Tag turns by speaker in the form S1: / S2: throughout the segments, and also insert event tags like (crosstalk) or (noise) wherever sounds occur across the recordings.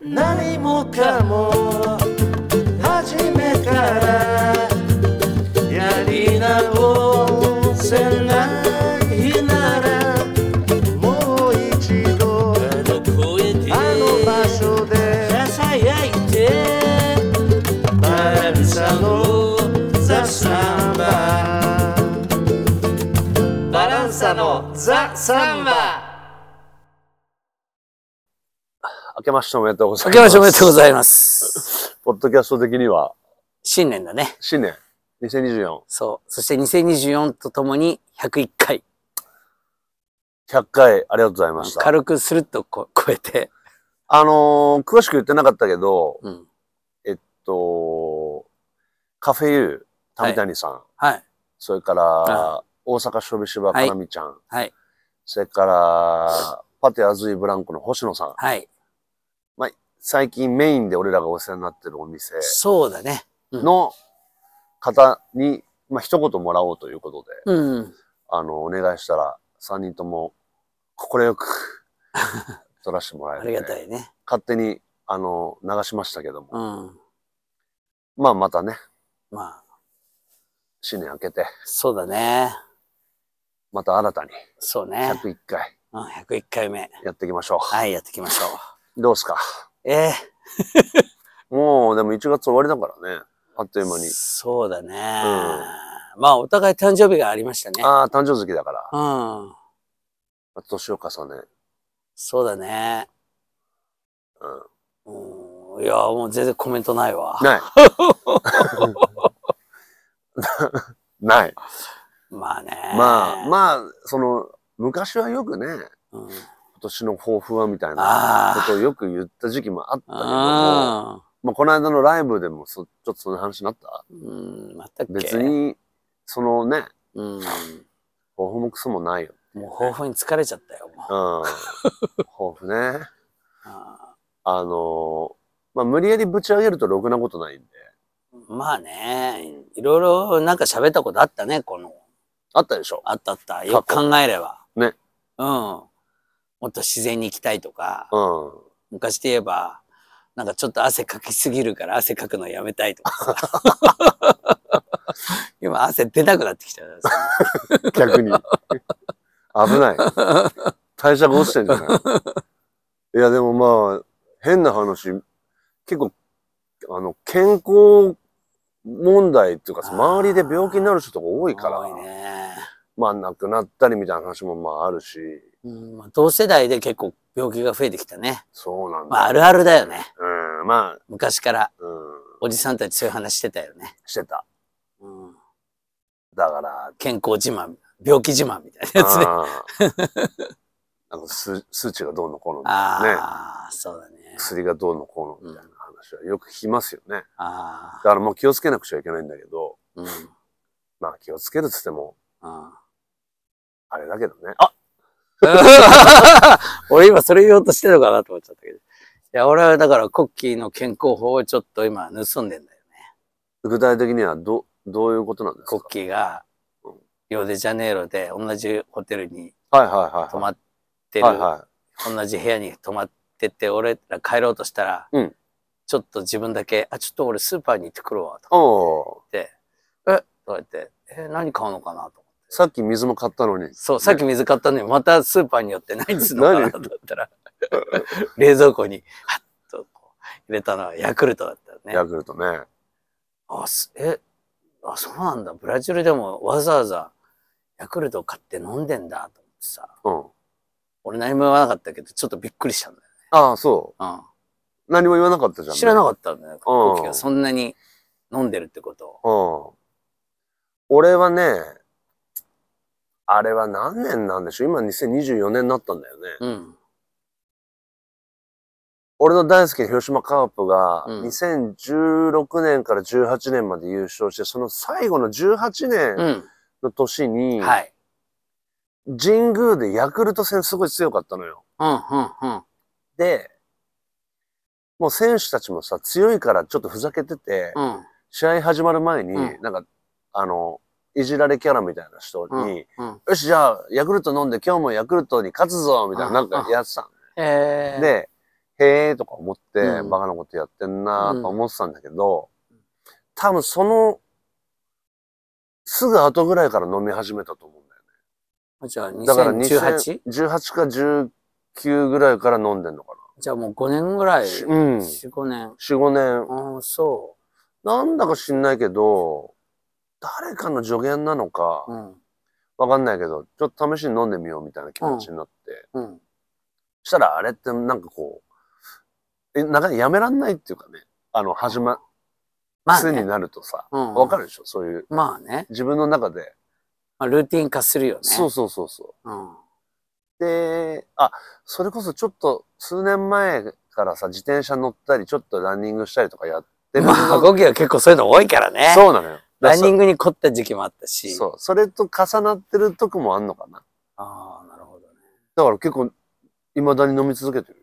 S1: 何もかも初めからやり直せないならもう一度
S2: あの声で
S1: あの場所で
S2: ささやいて
S1: バランサのザ・サンバ
S2: バランサのザ・サンバ
S3: 明けましておめでとうござい
S4: 明
S3: ます。
S4: けましておめでとうございます。
S3: ポッドキャスト的には、
S4: 新年だね。
S3: 新年、2024、
S4: そう。そして2024とともに101回、
S3: 100回ありがとうございました。
S4: 軽くスルッとこ超えて、
S3: あのー詳しく言ってなかったけど、
S4: うん。
S3: と、カフェユー、
S4: はい
S3: 谷谷さん、
S4: はい。
S3: それから、大阪しょびしばかなみちゃん、
S4: はい。
S3: それから、パテアズイブランコの星野さん、
S4: はい。
S3: 最近メインで俺らがお世話になってるお店
S4: そうだね。
S3: の方に、まあ、一言もらおうということで、
S4: うん。
S3: あの、お願いしたら、3人とも、快く、取らせてもらえ
S4: あ
S3: て、
S4: りがたいね。
S3: 勝手に、あの、流しましたけども。
S4: うん。
S3: まあ、またね、
S4: まあ、
S3: 新年明けて、
S4: そうだね。
S3: また新たに、
S4: そうね。
S3: 101回、
S4: うん、101回目。
S3: やっていきましょう。
S4: はい、やっていきましょう。
S3: どうすか
S4: え
S3: もう、でも1月終わりだからね。あっという
S4: ー
S3: 間に。
S4: そうだね。まあ、お互い誕生日がありましたね。
S3: ああ、誕生月だから。
S4: うん。
S3: 年を重
S4: (laughs)
S3: ね。
S4: そうだね。うん。いや、もう全然コメントないわ。
S3: ない。 (laughs) ない。
S4: まあね。
S3: まあ、まあ、その、昔はよくね、
S4: う
S3: 今
S4: ん。
S3: 年の抱負はみたいな
S4: あー
S3: ことをよく言った時期もあったけども、
S4: あ
S3: まあ、この間のライブでもそちょっとその話になった
S4: ーうん。またっけ
S3: 別。に、そのね、
S4: うん。
S3: 抱負もクソもないよ。
S4: もう抱負に疲れちゃったよ、もう。
S3: うん。抱負ね。
S4: あ
S3: あのーまあ、無理やりぶち上げるとろくなことないんで。
S4: ーまあね。いろいろなんか喋ったことあったね、この。
S3: あったでしょ
S4: あったあった。よく考えれば。
S3: ね。
S4: うん。もっと自然に行きたいとか、
S3: う
S4: 昔で言えば、なんかちょっと汗かきすぎるから汗かくのやめたいとかさ。
S3: (laughs)
S4: 今汗出なくなってきたよ。
S3: ん。逆に。危ない。代謝が落ちてんじゃないいや、でもまあ、変な話、結構、あの、健康問題っていうか、
S4: あー
S3: 周りで病気になる人とか多いから、
S4: 多いね。
S3: まあ、亡くなったりみたいな話もまああるし、
S4: うんまあ、同世代で結構病気が増えてきたね。
S3: そうなんだ。
S4: まあ、あるあるだよね。
S3: うん、まあ、
S4: 昔から
S3: うん、
S4: おじさんたちそういう話してたよね。
S3: してた。
S4: うん、
S3: だ
S4: (laughs)
S3: から、
S4: 健康自慢、病気自慢みたいなやつね。
S3: あーなんか数数値がどうのこうのみたいなね。
S4: ああ、そうだね。
S3: 薬がどうのこうのみたいな話はよく聞きますよね。
S4: あ
S3: だからもう気をつけなくちゃいけないんだけど、
S4: あ、うん。
S3: まあ気をつけるっつっても、
S4: あ
S3: あれだけどね。あ
S4: あ俺今それ言おうとしてるのかなと思っちゃったけど。いや、俺はだからコッキーの健康法をちょっと今盗んでんだよね。
S3: 具体的にはど、どういうことなんです
S4: コ
S3: か
S4: ッキーがヨデジャネイロで同じホテルに
S3: はいはい
S4: 泊
S3: は
S4: まって
S3: い。
S4: る
S3: はいは
S4: 同じ部屋に泊まってて、俺ら帰ろうとしたら、
S3: うん
S4: ちょっと自分だけ、あ、ちょっと俺スーパーに行ってくるわ、と
S3: い。
S4: か
S3: おお
S4: 言って、えとか言って、え、何買うのかなと。
S3: さっき水も買ったのに。
S4: そう、さっき水買ったのに、またスーパーによって何するのかな
S3: 何
S4: と思ったら、冷蔵庫に、はっとこう入れたのはヤクルトだったよ
S3: ヤ
S4: ね。
S3: クルトね。
S4: あ、すえ、あ、そうなんだ。ブラジルでもわざわざヤクルトを買って飲んでんだ、と思ってさ。
S3: うん。
S4: 俺何も言わなかったけど、ちょっとびっくりしたんだよ。
S3: ああ、そう
S4: うん。。
S3: 何も言わなかったじゃん、
S4: 知らな
S3: かっ
S4: かったんだよ。コキがそんなに飲んでるってことを。
S3: た。うん。俺はね、あれは何年なんでしょう今2024年になったんだよね。
S4: うん。
S3: 俺の大好きな広島カープが、
S4: うん
S3: 2016年から18年まで優勝して、その最後の18
S4: う
S3: 年
S4: ん。
S3: の年に、
S4: はい。
S3: 神宮でヤクルト戦すごい強かったのよ。
S4: うん、うん、うん。
S3: で、もう選手たちもさ、強いからちょっとふざけてて、
S4: うん、
S3: 試合始まる前に、
S4: うん
S3: なんか、あの、いじられキャラみたいな人に、
S4: うん。
S3: よし、じゃあ、ヤクルト飲んで今日もヤクルトに勝つぞみたいな、なんかやってたの
S4: えー、
S3: で、へえとか思って、
S4: うん
S3: バカなことやってんなーと思ってたんだけど、多分その、すぐ後ぐらいから飲み始めたと思うんだよね。
S4: じゃあ
S3: だから
S4: 2018?
S3: 2018か19ぐらいから飲んでんのか
S4: じゃあもう5年ぐらい。
S3: な。うん。4、
S4: 4、5年。
S3: 5年。
S4: ああ、そ
S3: なんだか知んないけど、誰かの助言なのか
S4: う。、うん。
S3: わかんないけど、ちょっと試しに飲んでみようみたいな気持ちになって。
S4: うん。
S3: したらあれってなんかこう、え、なかなかやめらんないっていうかね、あの、始ま、
S4: まあ、
S3: 癖
S4: ね。
S3: になるとさ、
S4: うん
S3: わかるでしょそういう、
S4: まあね。
S3: 自分の中で。
S4: まあ、ルーティン化するよね。
S3: そうそうそうそ
S4: うん。
S3: う。で、あ、それこそちょっと数年前からさ、自転車乗ったり、ちょっとランニングしたりとかやってるの
S4: まあ、ゴキは結構そういうの多いからね。
S3: そうなのよ。
S4: ランニ
S3: グ
S4: ングに凝った時期もあったし。
S3: そう。それと重なってるとこもあんのかな。
S4: ああ、なるほど
S3: だから結構、未だに飲み続けてる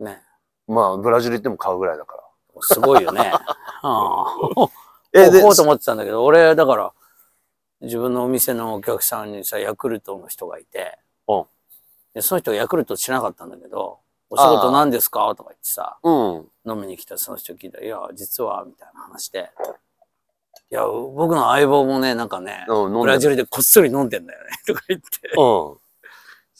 S4: ね。ね。
S3: よ。まあ、ブラジル行っても買うぐらいだか
S4: すごいよ
S3: (laughs)
S4: ね。ああ。
S3: ら。
S4: え、で、
S3: で
S4: こうと思ってたんだけど、俺、だから、自分のお店のお客さんにさ、ヤクルトの人がいて、
S3: うん
S4: でその人がヤクルト知らなかったんだけど、お仕事何ですかとか言ってさ、
S3: うん。
S4: 飲みに来たその人聞いたら、いや、実は、みたいな話で、いや、僕の相棒もね、なんかね、
S3: うん、飲んで
S4: ブラジルでこっそり飲んでんだよね、 (laughs) とか言っ
S3: うん。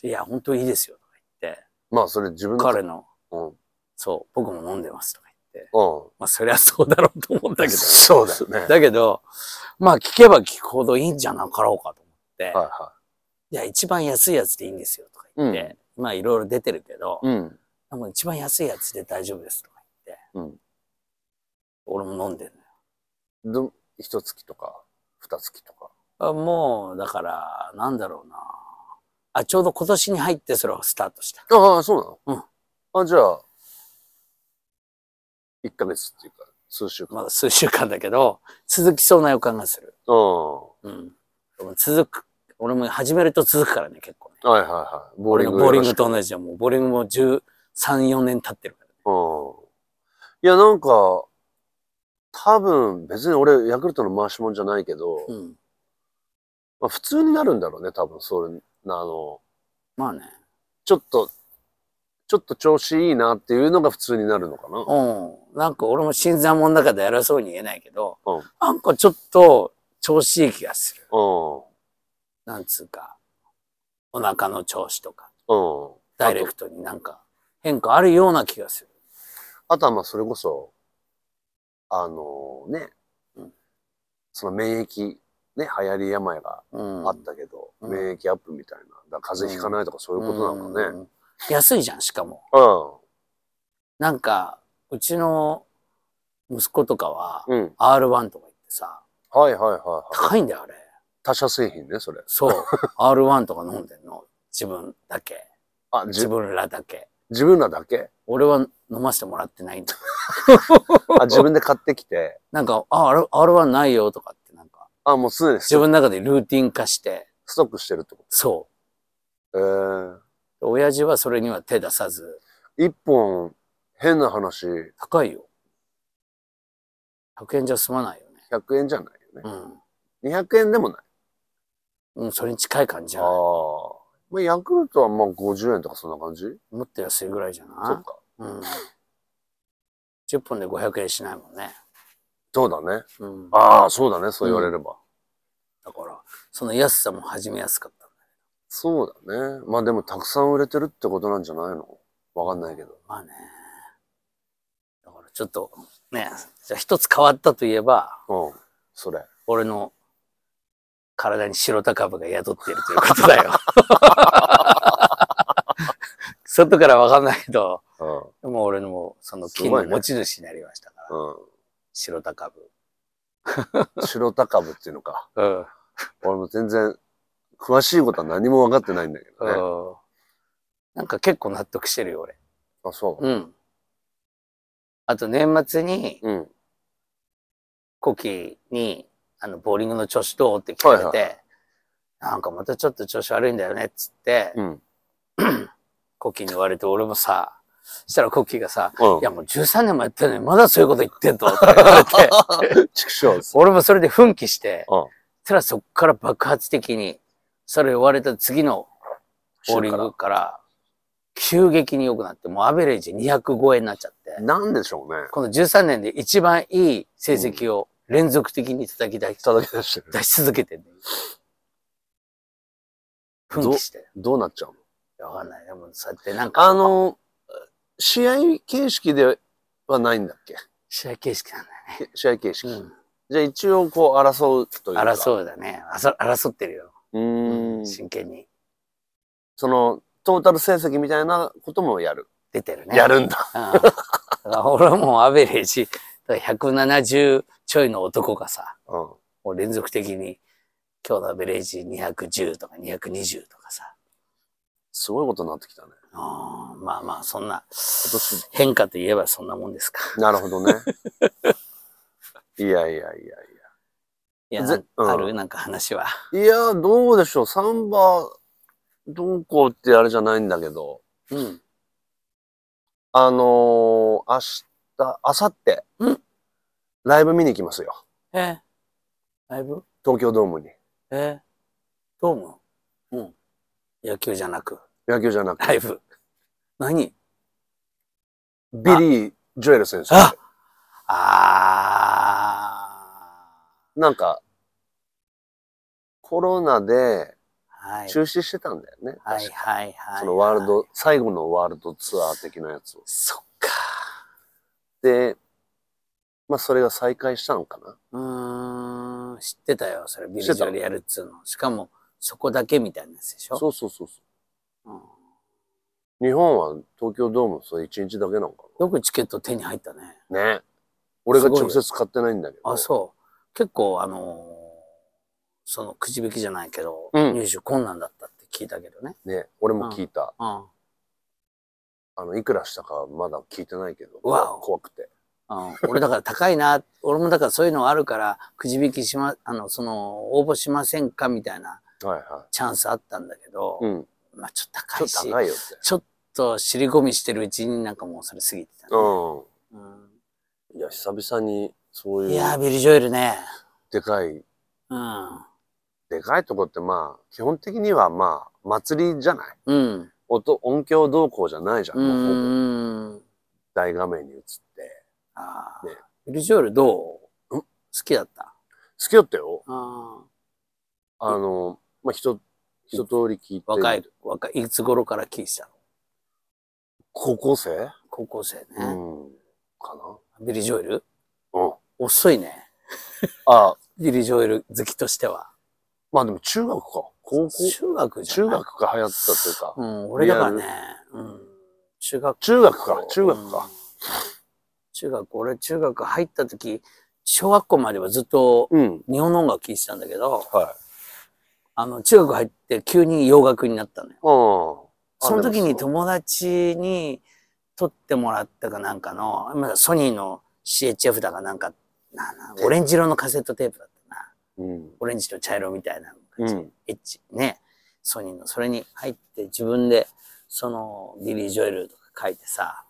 S4: て、いや、本当いいですよ、とか言って、
S3: まあ、それ自分の。
S4: 彼の、
S3: うん。うん。
S4: そう、僕も飲んでます、とか言って、まあ、そりゃそうだろうと思ったけど、
S3: そう (laughs) だよね。
S4: だけど、まあ聞けば聞くほどいいんじゃなかろうかと思って、、
S3: はいはい
S4: や、一番安いやつでいいんですよとか言って、まあいろいろ出てるけど
S3: い。、うん。
S4: でも一番安いやつで大丈夫ですとか言って、
S3: うん
S4: 俺も飲んでるのよ
S3: ど、一月とか、二月とか。
S4: あもう、だから、なんだろうな。あ、ちょうど今年に入ってそれをスタートした。
S3: ああ、そうなの
S4: うん
S3: あ、じゃあ、一ヶ月っていうか、数週間。
S4: まだ数週間だけど、続きそうな予感がする。
S3: うん。は
S4: うん。でも続く。俺も始めると続くからね、結構ね。
S3: いはいはい。ボーリング。
S4: ボーリングと同じで、もうボーリングも13、4年経ってるから。
S3: うん。いや、なんか、多分、別に俺、ヤクルトの回し者じゃないけど、
S4: うん。
S3: まあ、普通になるんだろうね、多分、それ、あの、
S4: まあね。
S3: ちょっと、ちょっと調子いいなっていうのが普通になるのかな。
S4: うん。なんか俺も新参者の中で偉そうに言えないけど、
S3: うん
S4: なんかちょっと調子いい気がする。
S3: うん。
S4: なんつうか、お腹の調子とか、
S3: うん。
S4: ダイレクトになんか変化あるような気がする。
S3: あとはまあそれこそ、あのね、
S4: うん
S3: その免疫、ね、流行り病が
S4: うん。
S3: あったけど、
S4: うん
S3: 免疫アップみたいな、だから風邪ひかないとかそういうことなのかね。
S4: ね。安いじゃん、しかも。なんか、うちの息子とかは、
S3: うん。うん。
S4: R1 とか言ってさ、
S3: はいはいはいはい。
S4: 高いんだよ、あれ。
S3: 他社製品ね、それ。
S4: そう。R1 とか飲んでんの。自分だけ。
S3: あ、じ
S4: 自分らだけ。
S3: 自分らだ
S4: (laughs)
S3: け
S4: 俺は飲ませてもらってないんだ
S3: あ、自分で買ってきて、
S4: なんか、あ、あれ、あれはないよとかって、なんか、
S3: あ、もうすでにス
S4: 自分の中でルーティン化して、
S3: ストックしてるってこ
S4: そ
S3: と。えー、
S4: う。親父はそれには手出さず、
S3: 一本、変な話、
S4: 高いよ。100円じゃ済まないよね。
S3: 100円じゃないよね。
S4: うん。
S3: 200円でもない。
S4: うん、それに近い感じじ
S3: あ
S4: ゃ
S3: あ
S4: ない。
S3: ー。まあ、ヤクルトはまあ50円とかそんな感じそ
S4: もっと安いぐらいじゃないう
S3: か。
S4: うん。10本で500円しないもんね。
S3: そうだね。
S4: うん。だか
S3: ああ、そうだね、そう言われれば。
S4: ら、その安さも始めやすかった。
S3: そうだね。まあでもたくさん売れてるってことなんじゃないのわかんないけど。
S4: まあね。だからちょっと、ね、じゃあ一つ変わったといえば、
S3: うん。それ。
S4: 俺の体に白タ株が宿っているということ
S3: (laughs)
S4: だよ。外からわかんないけど、
S3: うん。うん。
S4: もう俺のもその
S3: す
S4: 金
S3: ごい
S4: の
S3: ね
S4: 持ち主になりましたから、白タ株。
S3: 白高部っていうのか。
S4: うん。
S3: 俺も全然、詳しいことは何も分かってないんだけどね。
S4: うんなんか結構納得してるよ、俺。
S3: あ、そう。
S4: うん。あと年末に、
S3: うん。
S4: コキに、あの、ボーリングの調子どうって聞かれて、
S3: はい
S4: なんかまたちょっと調子悪いんだよね、っつって、
S3: うん。うん。
S4: コキに言われて、俺もさ、したらコキがさ、いやもう13年もやってるのにまだそういうこと言って
S3: (laughs)
S4: んとって言われて、
S3: 畜生です。
S4: 俺もそれで奮起して、
S3: うん
S4: そしたらそっから爆発的に、それ言われた次のボーリングから、急激に良くなって、もうアベレージ200超えになっちゃって、
S3: なんでしょうね。
S4: この13年で一番いい成績を連続的に叩き出し
S3: 叩き出してる。
S4: 出し続けてる、ね。奮起して。
S3: どうなっちゃうの
S4: いやわかんない。でも、そうやってなんか、
S3: あの、試合形式ではないんだっけ
S4: 試合形式なんだ
S3: け試合形式。
S4: よね。
S3: じゃあ一応こう争うというか。う。
S4: 争うだね。争争ってるよ。
S3: うーん。
S4: 真剣に。
S3: その、トータル成績みたいなこともやる。
S4: 出てるね。
S3: やるんだ。
S4: うん。だから俺はもうアベレージ、だから170ちょいの男がさ、
S3: うん。
S4: もう連続的に、今日のアベレージ210とか220とかさ、
S3: すごいことになってきたね。
S4: うんまあまあ、そんな、
S3: 今年。
S4: 変化といえばそんなもんですか。
S3: なるほど
S4: (laughs)
S3: ね。いやいやいやい
S4: いや、
S3: ぜうん
S4: あるなんか話は。
S3: や。いや、どうでしょう。サンバ、どうこうってあれじゃないんだけど、
S4: うん。
S3: あのー、明日、明後日、
S4: うん
S3: ライブ見に行きますよ。
S4: えライブ
S3: 東京ドームに。
S4: えどうも。うん。野球じゃなく、
S3: 野球じゃなく、
S4: ライブ。何
S3: ビリー・ジョエル選手。
S4: ああ
S3: なんか、コロナで
S4: ーはい。
S3: 中止してたんだよね。
S4: はい
S3: 確か
S4: はいはい。
S3: そのワール。ド、最後のワールドツアー的なやつを。
S4: そっか。
S3: で、まあそれが再開したのかな。
S4: うーん、知ってたよ。それ、ビル
S3: 知
S4: ジ
S3: ってた
S4: ョリやるっつうの。しかも、そこだけみたいなやつでしょ、
S3: そうそうそうそう
S4: ん。
S3: う。日本は東京ドームそれ1日だけなのか
S4: よくチケット手に入ったね。
S3: な。ね。俺が
S4: すごいよ
S3: 直接買ってないんだけど。
S4: あ、そう。結構、あのーその、くじ引きじゃないけど、
S3: うん
S4: 入手困難だったって聞いたけどね。
S3: ね。俺も聞いた。
S4: うん。
S3: あの、いくらしたかまだ聞いてないけど。
S4: わお
S3: 怖くて。
S4: うん、俺だから高いな、俺もだからそういうのあるから、くじ引きしま、あの、その、応募しませんかみたいな
S3: はいは
S4: チャンスあったんだけど、
S3: い。うん。
S4: まあちょっと
S3: ち
S4: 高
S3: ょっと高い
S4: いし、ちょ
S3: よって。
S4: っと尻込みしてるうちになんかもうそれ過ぎてた、ね
S3: う
S4: うん
S3: ん。いや、久々にそう
S4: い
S3: い
S4: やー、
S3: う
S4: ビリー・ジョエルね。
S3: でかい
S4: うん。
S3: でかいとこってまあ、基本的にはまあ、祭りじゃない
S4: うん。
S3: 音、音響動向じゃないじゃん。
S4: う
S3: もうほぼ
S4: ん。
S3: 大画面に映って。
S4: あー
S3: ね
S4: ビリー・ジョエルどう、
S3: ん
S4: 好きだった
S3: 好きだったよ。
S4: あー
S3: あの、まあ、一、一通り聞いて。
S4: 若い、若い、いつ頃から聞いてたの
S3: 高校生
S4: 高校生ね。
S3: うん。かな
S4: ビリー・ジョエル
S3: うん。
S4: 遅いね。
S3: あ、
S4: ビリー・ジョエル好きとしては。
S3: まあでも中学か。高校。
S4: 中学じゃ
S3: 中
S4: ない
S3: 学か流行ったというか。
S4: うん、俺だからね、うん、中学
S3: 中学か、中学か。
S4: 中学、俺中学入った時、小学校まではずっと
S3: うん。
S4: 日本の音楽聴いてたんだけど、
S3: はい。
S4: あの、中学入って急に洋楽になったのよ。
S3: うん。
S4: その時に
S3: と、
S4: 友達に撮ってもらったかなんかの、まだソニーの CHF だかなんか、ななオレンジ色のカセットテープだったな。
S3: うん。
S4: オレンジと茶色みたいなのが
S3: うん。
S4: エッチ、ね、ソニーの、それに入って自分で、その、ビリー・ジョエルとか書いてさ、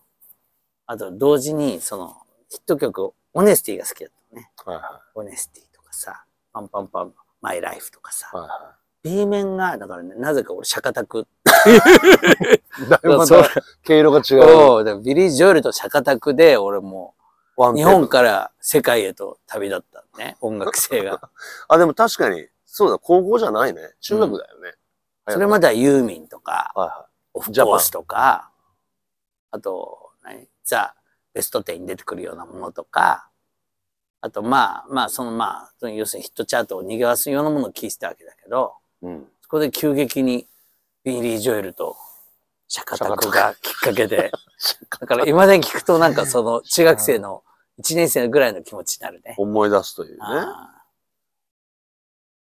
S4: あと同時に、その、ヒット曲、オネスティが好きだったのね。
S3: はいは
S4: オネスティとかさ、パンパンパン、マイ・ライフとかさ
S3: い。、は
S4: B 面が、だからね、なぜか俺、シャカタク。
S3: いはい。だいぶま
S4: そう
S3: た、毛色が違う。
S4: そうだからビリー・ジョエルとシャカタクで、俺も
S3: ワ
S4: う、
S3: ン
S4: 日
S3: テープ
S4: 本から世界へと旅立ったね、音楽性が。
S3: あ、でも確かに、そうだ、高校じゃないね。中学だよね。
S4: それまではユーミンとか、
S3: はいは
S4: オフ
S3: ジャパン
S4: コースとか、あと、何ザ・ベスト10に出てくるようなものとか、あと、まあ、まあ、そのまあ、その要するにヒットチャートを逃げわすようなものを聞いてたわけだけど、
S3: い。うん。
S4: そこで急激にビリー・ジョエルとシャカタクがきっか
S3: (laughs)
S4: けで、だから今でに聞くとなんかその中学生の1年生ぐらいの気持ちになるね。
S3: 思い出すというね。
S4: あ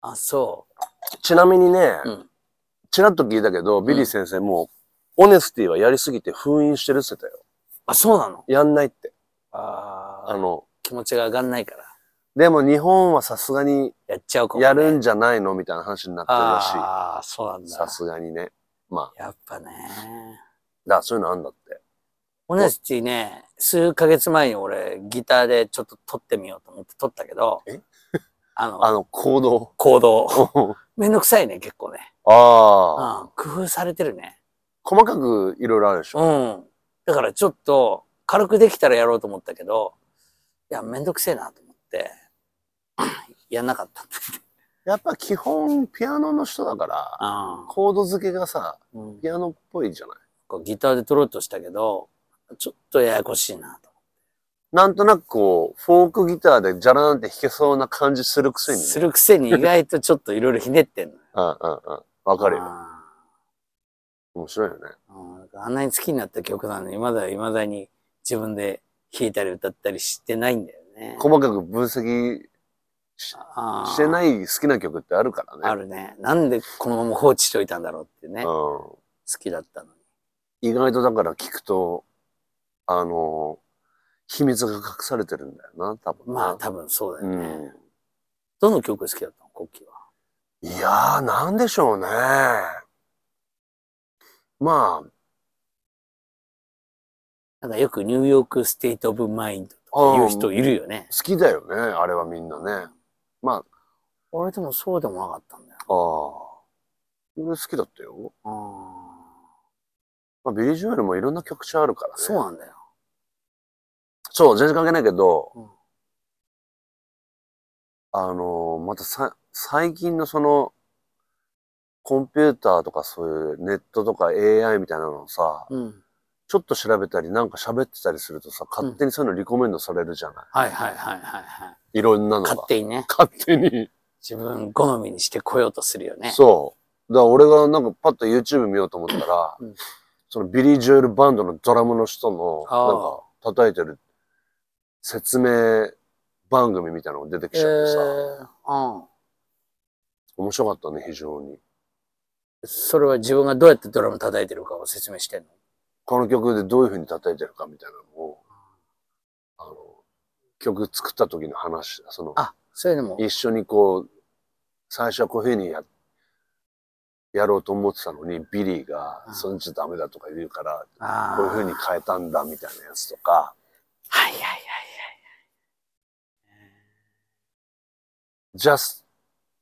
S4: ーあ、そ
S3: ちなみにね
S4: うん、
S3: ちらっと聞いたけど、ビリー先生も、オネスティはやりすぎて封印してるって言ってたよ。
S4: う。あ、そうなの
S3: やんないって。
S4: あ
S3: あの、
S4: 気持ちが上がんないから、
S3: でも日本はさすがに
S4: やっちゃうかも、ね。
S3: やるんじゃないのみたいな話になってるら
S4: ああ、そうなん
S3: しい。
S4: だ
S3: さ。すがにね。まあ、
S4: やっぱね。
S3: だからそういうのあんだって。
S4: オネスティね、数ヶ月前に俺、ギターでちょっと撮ってみようと思って撮ったけど
S3: え、
S4: (laughs) あの、
S3: あの、行動。
S4: (laughs) 行動。めんどくさいね、結構ね。
S3: ああ。
S4: うん、工夫されてるね。
S3: 細かくいろいろあるでしょ。
S4: うん。だからちょっと、軽くできたらやろうと思ったけど、いや、めんどくせえなと思って、 (laughs) やんなかった。
S3: やっぱ基本ピアノの人だから、
S4: あ
S3: コード付けがさ、
S4: あ。うん。
S3: ピアノっぽいじゃない。
S4: こうギターで取ろうとしたけど、ちょっとややこしいなと。
S3: なんとなくこう、フォークギターでジャラなんて弾けそうな感じするくせにね。
S4: するくせに意外とちょっといろいろひねってんのよ。
S3: うんうんうん。わかるよ。
S4: あ
S3: 面白いよね。
S4: ーうんあんなに好きになった曲なのに、まだ未だに自分で弾いたり歌ったりしてないんだよね。
S3: 細かく分析
S4: あー
S3: してない好きな曲ってあるからね。
S4: あるね。なんでこのまま放置しといたんだろうってね。好
S3: う
S4: きだったのに。
S3: ん。意外とだから聞くと、あの秘密が隠されてるんだよな、多分な。
S4: まあ多分そうだよね。
S3: うん
S4: どの曲好きだったのコッキーは。
S3: いやー、なんでしょうね。ま
S4: なんかよくニューヨークステイトオブマインド
S3: あ、
S4: と
S3: う
S4: かいうん人いるよね。
S3: 好きだよね、あれはみんなね。ま
S4: 俺でもそうでもなかったんだよ。
S3: あ、ああ。俺好きだったよ。
S4: あ
S3: まあ、ビリー・ジュエルもいろんな曲調あるから
S4: ー
S3: ね。
S4: そうなんだよ。
S3: そう、全然関係ないけど、
S4: うん
S3: あのー、またさ、最近のその、コンピューターとかそういうネットとか AI みたいなのをさ、
S4: うん。
S3: ちょっと調べたりなんか喋ってたりするとさ、勝手にそういうのリコメンドされるじゃない、
S4: はいはいはいはいはい。
S3: いろんなのが。
S4: 勝手にね。
S3: 勝手に。
S4: 自分好みにしてこようとするよね。
S3: そう。だから俺がなんかパッと YouTube 見ようと思ったら、
S4: うん
S3: そのビリー・ジョエルバンドのドラムの人の、
S4: あー
S3: なんか叩いてる説明番組みたいなのが出てきちゃってさ、
S4: えーうん。
S3: 面白かったね、非常に。
S4: それは自分がどうやってドラム叩いてるかを説明してんの
S3: この曲でどういう風に叩いてるかみたいなのを、あの、曲作った時の話、その、
S4: あ、それでも。
S3: 一緒にこう、最初はこういう風にや、やろうと思ってたのに、ビリーが、
S4: うん
S3: そんじゃダメだとか言うから、
S4: あー
S3: こういう風に変えたんだみたいなやつとか、
S4: はいはいはいはい。
S3: just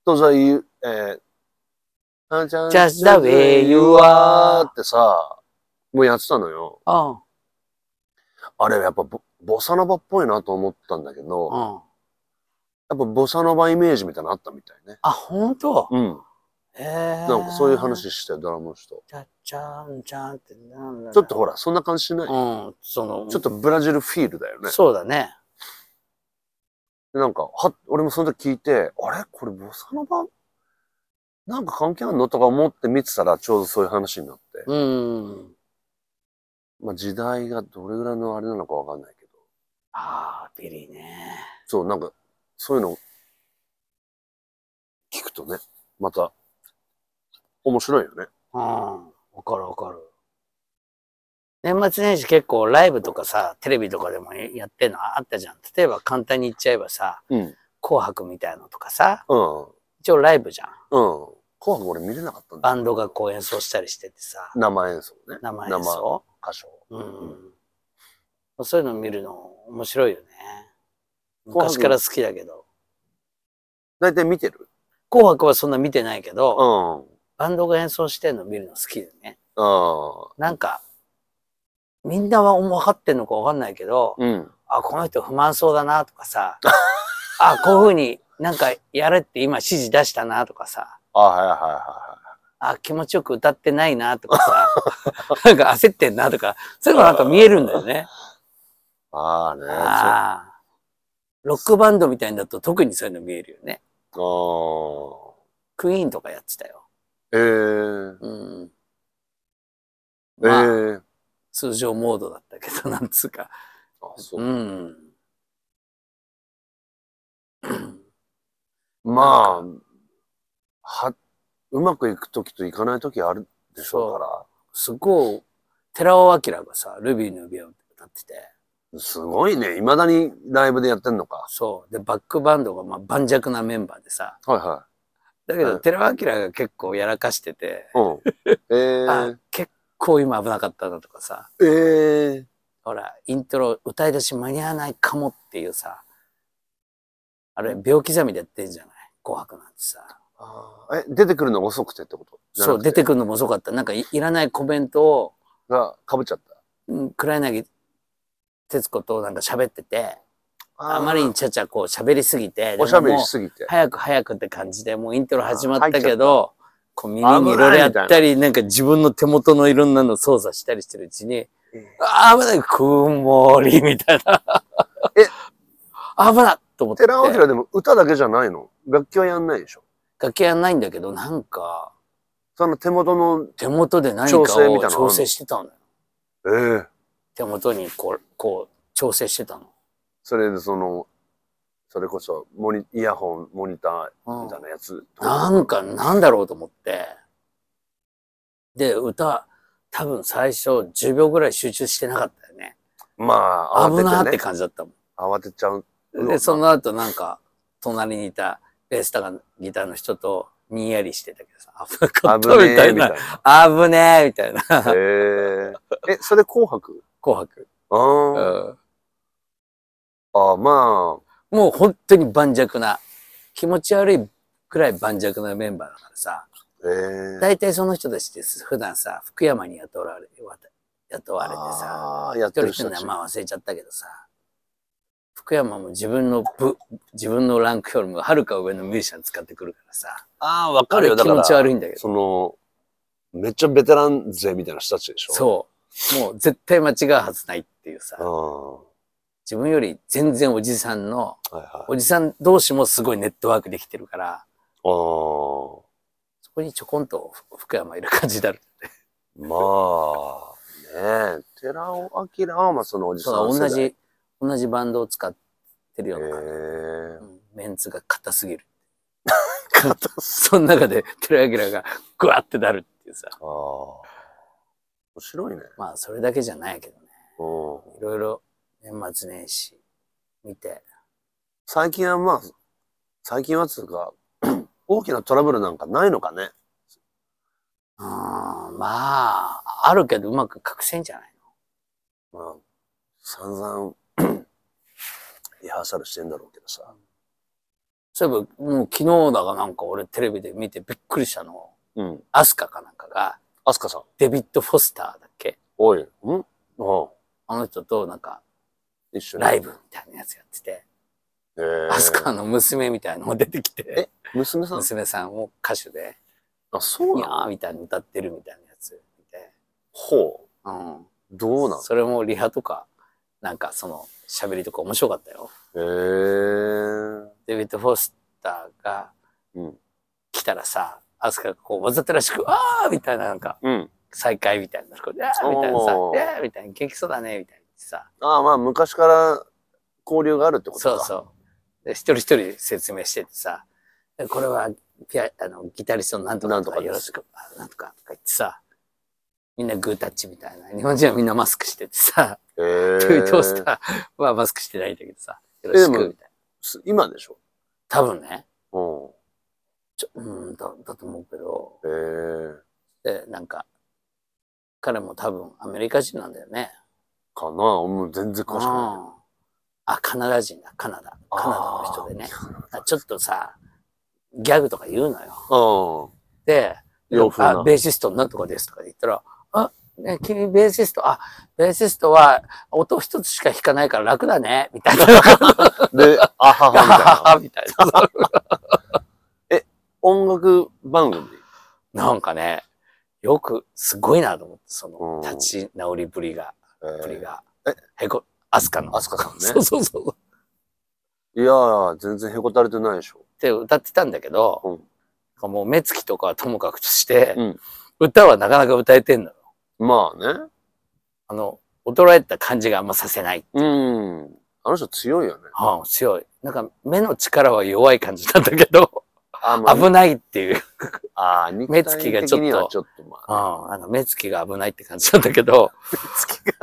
S3: the you, えー、
S4: Just the way you are
S3: ってさ、もうやってたのよ。
S4: あ
S3: あれやっぱボボサノバっぽいなと思ったんだけど、
S4: あ。うん。
S3: やっぱボサノバイメージみたいなのあったみたいね。
S4: あ、本当。
S3: うん。
S4: ええ。
S3: なんかそういう。話してドラムの人。
S4: ちゃちゃんちゃんってなんだ。
S3: ちょっと。ほら、そんな感じしない、
S4: うん。その。
S3: ちょっとブラジルフィールだよね。
S4: そうだね。
S3: でなんか、は、俺もその時聞いて、あれこれボサノバなんか関係あんのとか思って見てたらちょうどそういう話になって。
S4: うん。
S3: まあ時代がどれぐらいのあれなのかわかんないけど。
S4: ああ、ビリーね。
S3: そう、なんか、そういうの聞くとね、また、面白いよね。
S4: うん。わかるわかる。年末年始結構ライブとかさ、テレビとかでもやってんのあったじゃん。例えば簡単に言っちゃえばさ、
S3: うん。
S4: 紅白みたいのとかさ、
S3: うん。
S4: 一応ライブじゃん。
S3: うん。紅白俺見れなかったんだよ。
S4: バンドがこう演奏したりしててさ、
S3: 生演奏ね。
S4: 生演奏。
S3: 歌唱。
S4: うん。そういうの見るの面白いよね。昔から好きだけど。
S3: 大体見てる
S4: 紅白はそんな見てないけど、
S3: うん。うん。
S4: バンドが演奏してんの見るの好きだよね。なんか、みんなは分かってんのか分かんないけど、
S3: うん。
S4: あ、この人不満そうだなとかさ、あ、こういうふうになんかやれって今指示出したなとかさ、
S3: あはいはいは
S4: あ、気持ちよく歌ってないなとかさ、
S3: (laughs)
S4: なんか焦ってんなとか、そういうのなんか見えるんだよね。
S3: いはい。ああね。
S4: ああ。ロックバンドみたいにだと特にそういうの見えるよね。
S3: そ
S4: クイーンとかやってたよ。
S3: うあー。
S4: うん。
S3: ええ。
S4: まあ
S3: ええ。
S4: 通常モードだったけど、なんつうか。
S3: あ、そうう。
S4: ん。
S3: まあ、は、うまくいくときといかないときあるでしょうか
S4: すごい、寺尾明がさ、ルビーの指を歌ってて、
S3: ら。すごいね。未だにライブでやってんのか。
S4: そう。で、バックバンドがまあ盤石なメンバーでさ、
S3: はいは
S4: だけ
S3: う
S4: ど
S3: ん
S4: 寺尾明が結構やらかしてて、
S3: い。うん。え
S4: あ結構今危なかったなとかさ、
S3: え。ええ。
S4: ほら、イントロ歌い出し間に合わないかもっていうさ、あれ、秒刻みでやってんじゃない紅白なんてさ。
S3: あーえ、出てくるのが遅くてってこと
S4: そう、出て
S3: く
S4: くるのも遅かった。なんかいいらないコメントを、
S3: る。が、かぶっちゃった。
S4: うん黒柳徹子となんか喋ってて、
S3: あー
S4: あまりにちゃちゃこう喋りすぎて、でも
S3: おしゃべり
S4: もう
S3: しすぎて。
S4: 早く早くって感じで、もうイントロ始まっ
S3: あ入
S4: た
S3: っちゃ
S4: け
S3: っ
S4: ど、こう耳にいろいろやったり、なんか自分の手元のいろんなの操作したりしてるうちに、あー危ない、曇り、みたいな。
S3: え
S4: 危ないと思って。
S3: 寺尾明でも歌だけじゃないの楽器はやんないでしょ
S4: 楽器はないんだけど、なんか、
S3: その手元の、
S4: 手元で何か
S3: 調整みたいなのあ
S4: を
S3: んの
S4: 調整してたのよ。
S3: ええ
S4: 手元にこう、こう、調整してたの。
S3: それでその、それこそモニ、イヤホン、モニター
S4: うん
S3: みたいなやつ。
S4: なんか、なんだろうと思って。で、歌、多分最初10秒ぐらい集中してなかったよね。
S3: まあ、
S4: 危
S3: 慌
S4: なーって
S3: ててね。
S4: 感じだったも。
S3: 慌てちゃう。うんん
S4: で、その後なんか、隣にいたベースターギターの人と、にんやりしてたけどさ、危なかっ
S3: 危
S4: たみ
S3: ね
S4: た
S3: え、
S4: い
S3: みたい
S4: な
S3: な。。
S4: 危ねえみたいな。 (laughs)
S3: えええ、それ紅白
S4: 紅白。
S3: あ
S4: う
S3: ー、
S4: ん。
S3: あー、まあ、
S4: もう本当に盤石な、気持ち悪いくらい盤石なメンバーだからさ、
S3: ええ
S4: 大体その人たちって普段さ、福山に雇われて、雇われてさ、
S3: ああー、やっ
S4: 一
S3: て
S4: 人
S3: る
S4: 一人
S3: 人
S4: の
S3: た
S4: 名
S3: ち。
S4: 前忘れちゃったけどさ、福山も自分の部、自分のランクよりもはるか上のミュージシャン使ってくるからさ、
S3: ああ、わ
S4: あれ気持ち悪いんだけど。
S3: その、めっちゃベテラン勢みたいな人たちでしょ
S4: そう。もう絶対間違うはずないっていうさ、
S3: う
S4: 自分より全然おじさんの、
S3: ん。はいはい。
S4: おじさん同士もすごいネットワークできてるから、
S3: ああ。
S4: そこにちょこんと福山いる感じになる。
S3: まあ、ねえ、寺尾明は、まあ、そのおじさん
S4: そう同
S3: 世代。へ
S4: じ、同じバンドを使ってるような感じ。
S3: え
S4: うんメンツが硬すぎる。その中で、寺明がグワってなるっていうさ。
S3: ああ。面白いね。
S4: まあ、それだけじゃないけどね。
S3: うん。
S4: いろいろ年末年始見て。
S3: 最近はまあ、最近はつうか、 (clears throat) 大きなトラブルなんかないのかね。
S4: うーん、まあ、あるけどうまく隠せんじゃない
S3: まあ、散々、 (clears throat) リハーサルしてんだろうけどさ。
S4: そういえば、もう昨日だがなんか俺テレビで見てびっくりしたの。
S3: うん。
S4: アスカかなんかが、
S3: アスカさん。
S4: デビッド・フォスターだっけ
S3: おい。んうん。
S4: あの人となんか、
S3: 一緒に。
S4: ライブみたいなやつやってて、
S3: えー、
S4: アスカの娘みたいなのも出てきて、
S3: 娘さん
S4: 娘さんも歌手で、
S3: あ、そう
S4: に
S3: な
S4: ゃ
S3: の
S4: ーみたいに歌ってるみたいなやつ見て。
S3: ほう。
S4: うん。
S3: どうなの
S4: それもリハとか、なんかその喋りとか面白かったよ。
S3: へえ
S4: デビッド・フォスターが
S3: うん
S4: 来たらさ、アスカがこうわざとらしく、あーみたいななんか
S3: うん。
S4: 再会みたいな、こうあーみたいなさ、
S3: おー
S4: えーみたいな元気そうだねみたいなさ、
S3: ああ、まあ、昔から交流があるってこと
S4: そ
S3: か。
S4: うそう。で一人一人説明しててさ、でこれはピアあのギタリストのなんとかとか
S3: なんとかです
S4: よろしく、あなんとかとか言ってさ、みんなグータッチみたいな。日本人はみんなマスクしててさ、
S3: う。へ
S4: トゥイトースター
S3: (laughs)
S4: はマスクしてないんだけどさ、よろしくみたいな。
S3: す今でしょ
S4: 多分ね、
S3: う
S4: ちょうんだだと思うけど、
S3: ん。へえ
S4: で、なんか、彼も多分アメリカ人なんだよね。
S3: かなもう全然詳しくない。
S4: うんあ、カナダ人だ、カナダ。カナダの人でね。あちょっとさ、ギャグとか言うのよ。
S3: うん。
S4: で、
S3: 洋風な
S4: あベーシストなんとかですとか言ったら、あ、ね、君ベーシスト、あ、ベーシストは音一つしか弾かないから楽だね、みたいな。
S3: で、あ (laughs) ははみたいな。
S4: みたいな。
S3: 音楽番組。
S4: (laughs) なんかね、よく、すごいなと思って、その
S3: う、ん
S4: 立ち直りぶりが、ぶり
S3: え
S4: が。
S3: え
S4: へこ、アスカの。
S3: アスカさんね
S4: そうそうそう。
S3: えいやー、全然へこたれてないでしょ。
S4: って歌ってたんだけど、
S3: うん
S4: なんかもう目つきとかはともかくとして、
S3: うん
S4: 歌はなかなか歌えてんのよ。
S3: まあね。
S4: あの、衰えた感じがあんまさせない。
S3: うん。あの人強いよね。
S4: うん、強い。なんか目の力は弱い感じなんだけど、
S3: あ、 (laughs) まあ、
S4: 危ないっていう。
S3: あー、肉体的にはちょっと、ま
S4: うん、なんか目つきが危ないって感じなんだけ
S3: (laughs)
S4: ど、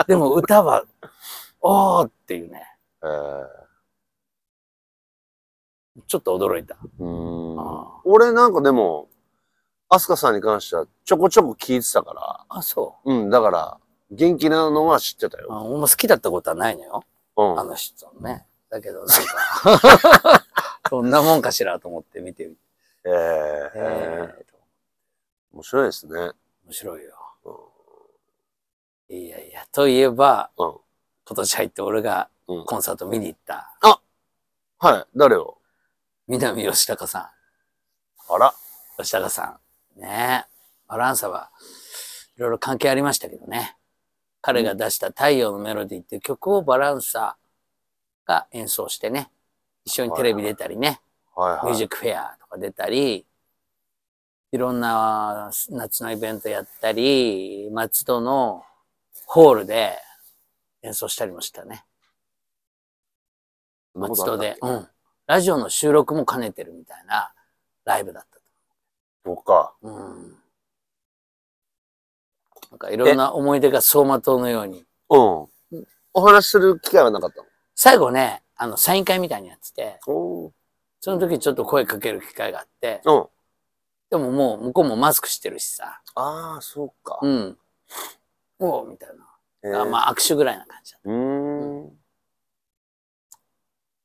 S4: でも歌は、おーっていうね、
S3: あ。え
S4: ちょっと驚いた。
S3: えうん。
S4: あ
S3: 俺なんかでも、アスカさんに関してはちょこちょこ聞いてたから、
S4: あ、そ
S3: うん、だから、元気なのは知ってた
S4: う。
S3: よ。
S4: あほんま好きだったことはないのよ。
S3: うん。
S4: あの
S3: (laughs)
S4: 人ね。だけどなんか、どんなもんかしらと思って見てみて
S3: えええ
S4: えーと
S3: 面白いですね。
S4: 面白いよ。
S3: うん
S4: いやいや、といえば、
S3: うん
S4: 今年入って俺が
S3: うん
S4: コンサート見に行った、
S3: はい、誰を
S4: 南吉高さ
S3: あら、
S4: ん、吉高さん。ねえ、バランサはいろいろ関係ありましたけどね。彼が出した太陽のメロディーっていう曲をバランサが演奏してね、一緒にテレビ出たりね、
S3: はい
S4: ミュ
S3: は
S4: ージ
S3: い。
S4: ックフェアとか出たり、いろんな夏のイベントやったり、松戸のホールで演奏したりもしたね。
S3: そんなこと
S4: 松
S3: あっ
S4: 戸
S3: たっ
S4: で
S3: け。
S4: うん。ラジオの収録も兼ねてるみたいなライブだった
S3: そうか。
S4: と。うん。なんかいろんな思い出が走馬灯のように。
S3: うん。お話しする機会はなかった
S4: 最後ね、あの、サイン会みたいにやってて、
S3: のお
S4: その時にちょっと声かける機会があって、
S3: うん。
S4: でももう向こうもマスクしてるしさ、
S3: ああ、そうか。
S4: うん。おうみたい
S3: え
S4: な。あまあ握手ぐらいな感じだっ
S3: うーん。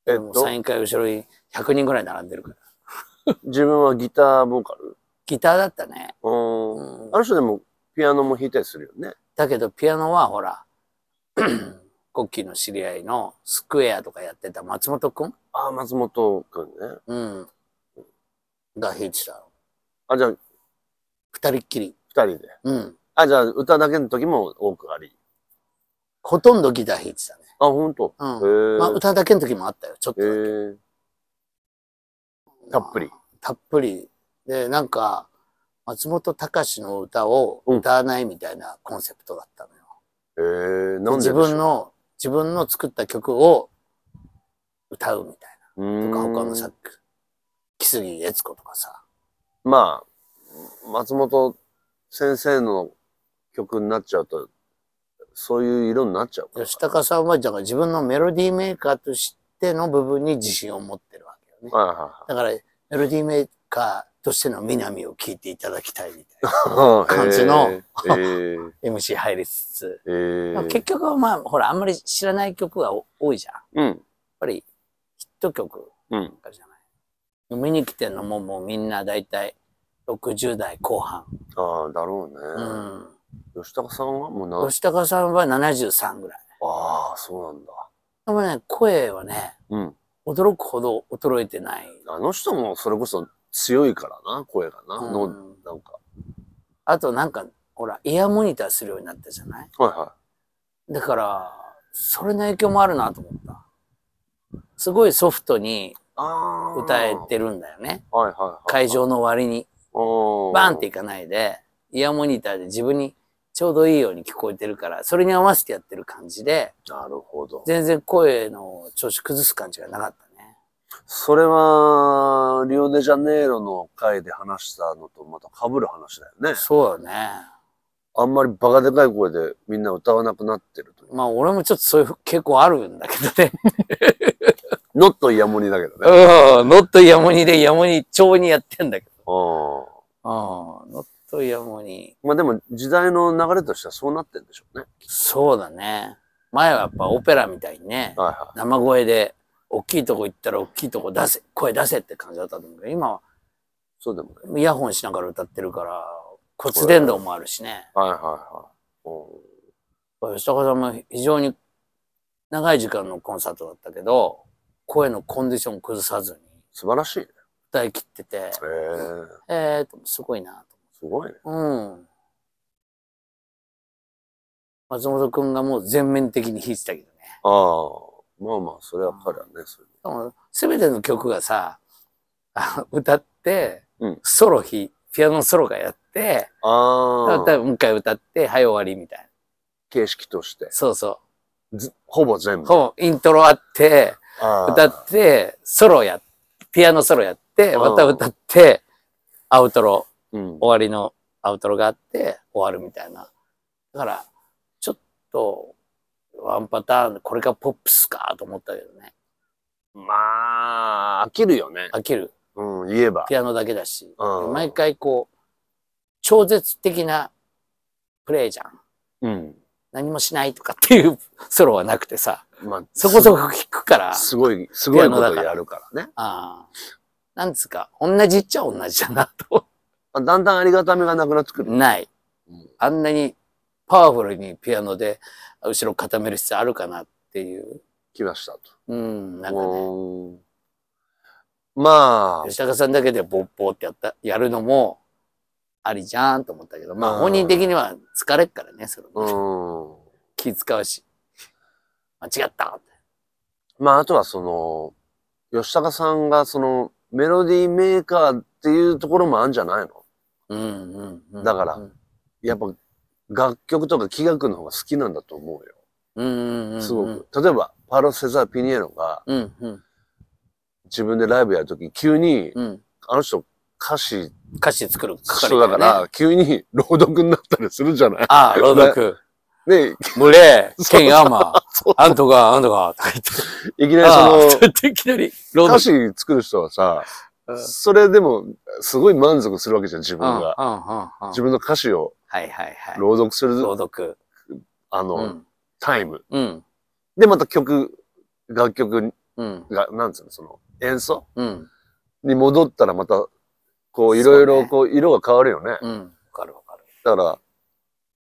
S4: た。
S3: え
S4: で
S3: っ
S4: も
S3: と
S4: サイ、ン会後ろに100人ぐらい並んでるから。
S3: 自分はギターボーカル
S4: ギターだったね。
S3: うーん。
S4: うん
S3: あ、る人でもピアノも弾いたりするよね。
S4: だけどピアノはほら、 (clears throat) コッキーの知り合いのスクエアとかやってた松本くん
S3: ああ、松本くんね。
S4: うん。が弾いてた。
S3: あ、じゃあ、
S4: 二人っきり。
S3: 二人で。
S4: うん。
S3: あ、じゃあ、歌だけの時も多くあり。
S4: ほとんどギター弾いてたね。
S3: あ、ほんと。へ
S4: うん。
S3: え。
S4: まあ歌だけの時もあったよ。ちょっとだけ。
S3: へえ。たっぷり。
S4: たっぷり。で、なんか、松本隆の歌を歌わないみたいなコンセプトだったのよ。
S3: へえ。なんででし
S4: 自
S3: ょう
S4: 分の、自分の作った曲を歌うみたいな。とか、他の
S3: うーん
S4: 作、木杉悦子とかさ。
S3: まあ、松本先生の曲になっちゃうと、そういう色になっちゃうから。
S4: 吉高さんは、だから自分のメロディーメーカーとしての部分に自信を持ってるわけよね。
S3: はいは
S4: だから、メロディーメーカーとしての南を聴いていただきたいみたい
S3: (laughs) いはい。
S4: 感じの
S3: へえ。へ
S4: な MC 入りつつ。
S3: えへ
S4: ま (laughs) あ
S3: え。
S4: 結局はまあ、ほら、あんまり知らない曲がお多いじゃん。やっ
S3: うん。
S4: ぱり、ヒット曲
S3: うん。
S4: とかじゃない。見に来てんのももうみんなだいたい60代後半。
S3: ああ、だろ
S4: う
S3: うね。
S4: ん。
S3: 吉高さんはもうな、
S4: 吉高さんは73ぐらい。
S3: ああ、そうなんだ。
S4: でもね、声はね、
S3: うん。
S4: 驚くほど衰えてない。
S3: あの人もそれこそ強いからな、声がな。
S4: う
S3: の
S4: ん
S3: なんか。
S4: あとなんか、ほら、イヤーモニターするようになったじゃない
S3: はいは
S4: だから、それの影響もあるなと思った。すごいソフトに
S3: い。ああ。
S4: 歌え。てるんだよね。
S3: はいはいはい。
S4: 会場の割に。バンって
S3: い
S4: いかないで、イヤーモニターで自分にちょうどいいように聞こえてるから、それに合わせてやってる感じで、
S3: なるほど。
S4: 全然声の調子崩す感じがなかったね。
S3: それは、リオデジャネイロの回で話したのとまた被る話だよね。
S4: そうだね。
S3: あんまりバカでかい声でみんな歌わなくなってるという。
S4: まあ俺もちょっとそういう傾向あるんだけどね。
S3: ノットイヤモニだけどね。
S4: (laughs) うん。ノットイヤモニでイヤモニ調にやってんだけど。
S3: ああ。
S4: うん。ノットイヤモニ。
S3: まあでも時代の流れとしてはそうなってんでしょうね。
S4: そうだね。前はやっぱオペラみたいにね、
S3: はいは
S4: 生声で大きいとこ行ったら大きいとこ出せ、声出せって感じだったと思うけど、今は
S3: そうでもね。
S4: イヤホンしながら歌ってるから、骨伝導もあるしね。
S3: はいはいはい。うん
S4: 吉高さんも非常に長い時間のコンサートだったけど、声のコンディション崩さずに
S3: 素晴らしいね。
S4: 歌い切ってて、
S3: へえ。
S4: えー、すごいな
S3: すごいね。
S4: と。うん。松本くんがもう全面的に弾いてたけどね。
S3: ああ。まあまあ、それは彼はね、それ
S4: でも全ての曲がさ、あの歌って
S3: うん、
S4: ソロ弾、ピアノソロがやって、
S3: ああ。
S4: 多分もう一回歌って、はい終わりみたいな。
S3: 形式として。
S4: そうそ
S3: ずほぼ全
S4: う。
S3: 部。
S4: ほぼイントロあって、
S3: ああ
S4: 歌って、ソロや、ピアノソロやって、
S3: うん
S4: また歌って、アウトロ、
S3: うん。
S4: 終わりのアウトロがあって、終わるみたいな。だから、ちょっと、ワンパターン、これがポップスかと思ったけどね。
S3: まあ、飽きるよね。
S4: 飽きる。
S3: うん、言えば。
S4: ピアノだけだし。
S3: うん
S4: 毎回こう、超絶的なプレイじゃん。
S3: うん。
S4: 何もしないとかっていう (laughs) ソロはなくてさ、
S3: まあ、
S4: そこそこ弾くから、
S3: すごい、すごいことやるからね。
S4: ああなんつうか、同じっちゃ同じだなと。
S3: あだんだんありがたみがなくなってくる。
S4: ない
S3: うん。
S4: あんなにパワフルにピアノで後ろ固める必要あるかなっていう。
S3: きましたと。
S4: うん、なんかね。
S3: うーんまあ、
S4: 吉高さんだけでボッボーってやった、やるのもありじゃんと思ったけど、
S3: う
S4: まあ
S3: ん
S4: 本人的には疲れっからね、それ
S3: う
S4: も
S3: ーん。
S4: 気使うし。間違ったって
S3: まあ、あとはその、吉高さんがその、メロディーメーカーっていうところもあるんじゃないの
S4: うんうんうん。
S3: だから
S4: うん
S3: やっぱ、楽曲とか器楽の方が好きなんだと思うよ。
S4: うんうん。
S3: すごく。。例えば、パロ・セザー・ピニエロが
S4: うんうん
S3: 自分でライブやるとき、急に、
S4: うん。
S3: あの人歌詞、
S4: 歌詞作る
S3: 歌手だか
S4: ね
S3: ら、急に朗読になったりするじゃない
S4: あ
S3: (laughs)
S4: あ、朗読。
S3: ね、
S4: 群れ、
S3: (laughs) そう
S4: ケンアーマー、アントが、アントが、とか言って。
S3: いきなり
S4: ああ
S3: そ
S4: そうやって (laughs) いきなり、ロ
S3: の、
S4: ー
S3: (laughs) 歌詞作る人はさ、
S4: うん
S3: それでも、すごい満足するわけじゃん、自分が。
S4: うんうんうんうん
S3: 自分の歌詞を
S4: はいはいはい。
S3: 朗読する、
S4: 朗読。
S3: あの、
S4: うん。
S3: タイム。
S4: うん。
S3: で、また曲、楽曲
S4: うん。
S3: が、なんつうの、その、演奏
S4: うん。
S3: に戻ったらまた、こう、い
S4: そうね
S3: ろいろ、こう、色が変わるよね。
S4: うん。わかるわかる。
S3: だから、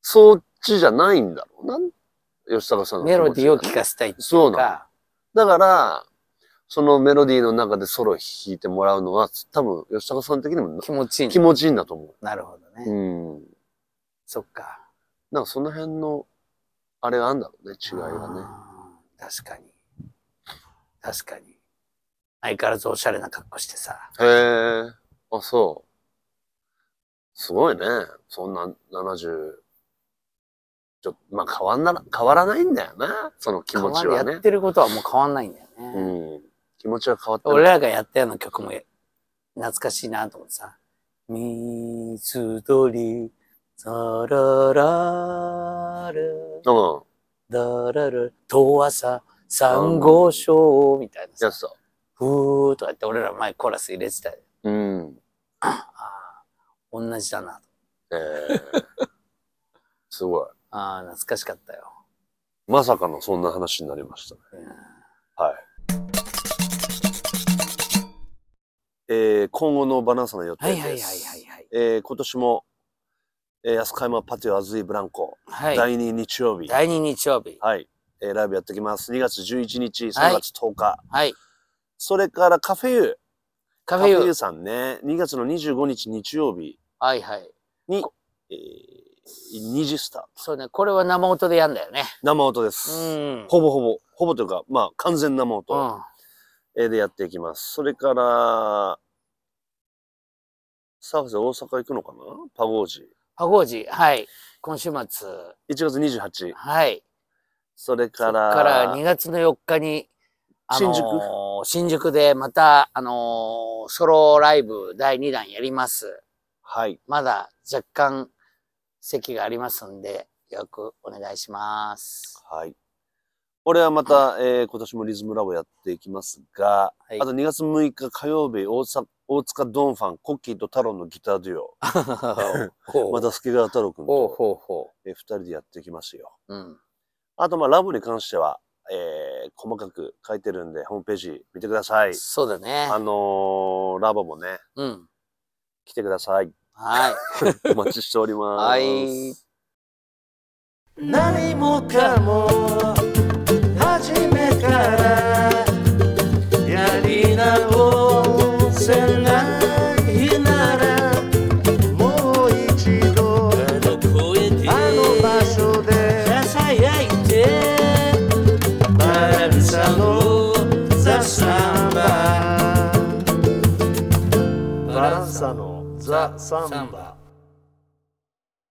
S3: そっちじゃないんだろうな。吉高さんの気持ちが
S4: メ
S3: ね
S4: ロディーを聴かせたいってい
S3: そう
S4: う
S3: な
S4: か。
S3: の。だから、そのメロディーの中でソロ弾いてもらうのは、多分、吉高さん的にも
S4: 気持ちいい
S3: 気
S4: ね。
S3: 持ちいいんだと思
S4: なるほど
S3: う。
S4: ね。
S3: うん。
S4: そっか。
S3: なんかその辺の、あれがあるんだろうね、違いがね。
S4: あー確かに。確かに。相変わらずおしゃれな格好してさ。
S3: へえ。あ、そう。すごいね。そんな70、ちょっと、まあ変わんなら、変わらないんだよな。その気持ちは
S4: 変わや
S3: ね
S4: っ。てることはもう変わんないんだよね。
S3: うん。気持ちは変わって
S4: 俺
S3: ない。
S4: らがやったような曲も懐かしいなと思ってさ。水鳥、ザララル、
S3: うん。
S4: ダラル、遠朝、珊瑚礁みたいな
S3: や
S4: さ。
S3: つだ。
S4: ふーとかって俺ら前コーラス入れてたよ。
S3: うん。
S4: ああ、同じだな
S3: え
S4: と。
S3: ーすごい。
S4: ああ、懐かしかったよ。
S3: まさかのそんな話になりましたね。はい。えー、今後のバナナさんの予定
S4: はい
S3: です。
S4: はいはいはいはい。
S3: えー、今年も、えー、安海山パティオアズイブランコ、
S4: はい。
S3: 第2日曜日、
S4: 第2日曜日。
S3: はい、えーライブやってきます。2月11日、3月10日。
S4: はい。
S3: それからカフェユー。
S4: カフェユー
S3: さんね、2月の25日日曜日
S4: はいはい。
S3: に、えー、2時スタート。
S4: そうね、これは生音でやんだよね。
S3: 生音で
S4: う
S3: す。
S4: ん。
S3: ほぼほぼ、ほぼというか、まあ、完全生音。
S4: うん。
S3: えーでやっていきます。それから、サーフェス大阪行くのかなパゴージ。
S4: パゴージ、はい。今週末、
S3: 1月28。
S4: はい。
S3: それ
S4: そ
S3: か
S4: っ
S3: ら、
S4: から2月の4日に、あのー新宿でまた、あのーソロライブ第2弾やります。
S3: はい。
S4: まだ若干席がありますんで、よろしくお願いします。
S3: はい。これはまた、えー今年もリズムラボやっていきますが、
S4: はい
S3: あと2月6日火曜日、大阪大塚ドンファン、コッキーと太郎のギターデュ
S4: (laughs)
S3: オ。
S4: ほ
S3: また、助川太郎くん
S4: ほう
S3: と、
S4: ほうほ
S3: えー、2人でやっていきますよ。
S4: う。うん。
S3: あと、まあ、ラボに関しては、えー細かく書いてるんで、ホームページ見てください。
S4: そうだね
S3: あ。のーラボもね、
S4: うん。
S3: 来てください。
S4: はい。
S3: お待ちしております。
S4: はい。
S1: 何もかも初めからやり直せないならもう一度
S2: あの声で
S1: あの場所で
S2: ささやいてバランサのザ・サンバ
S1: バランサのザ・サンバ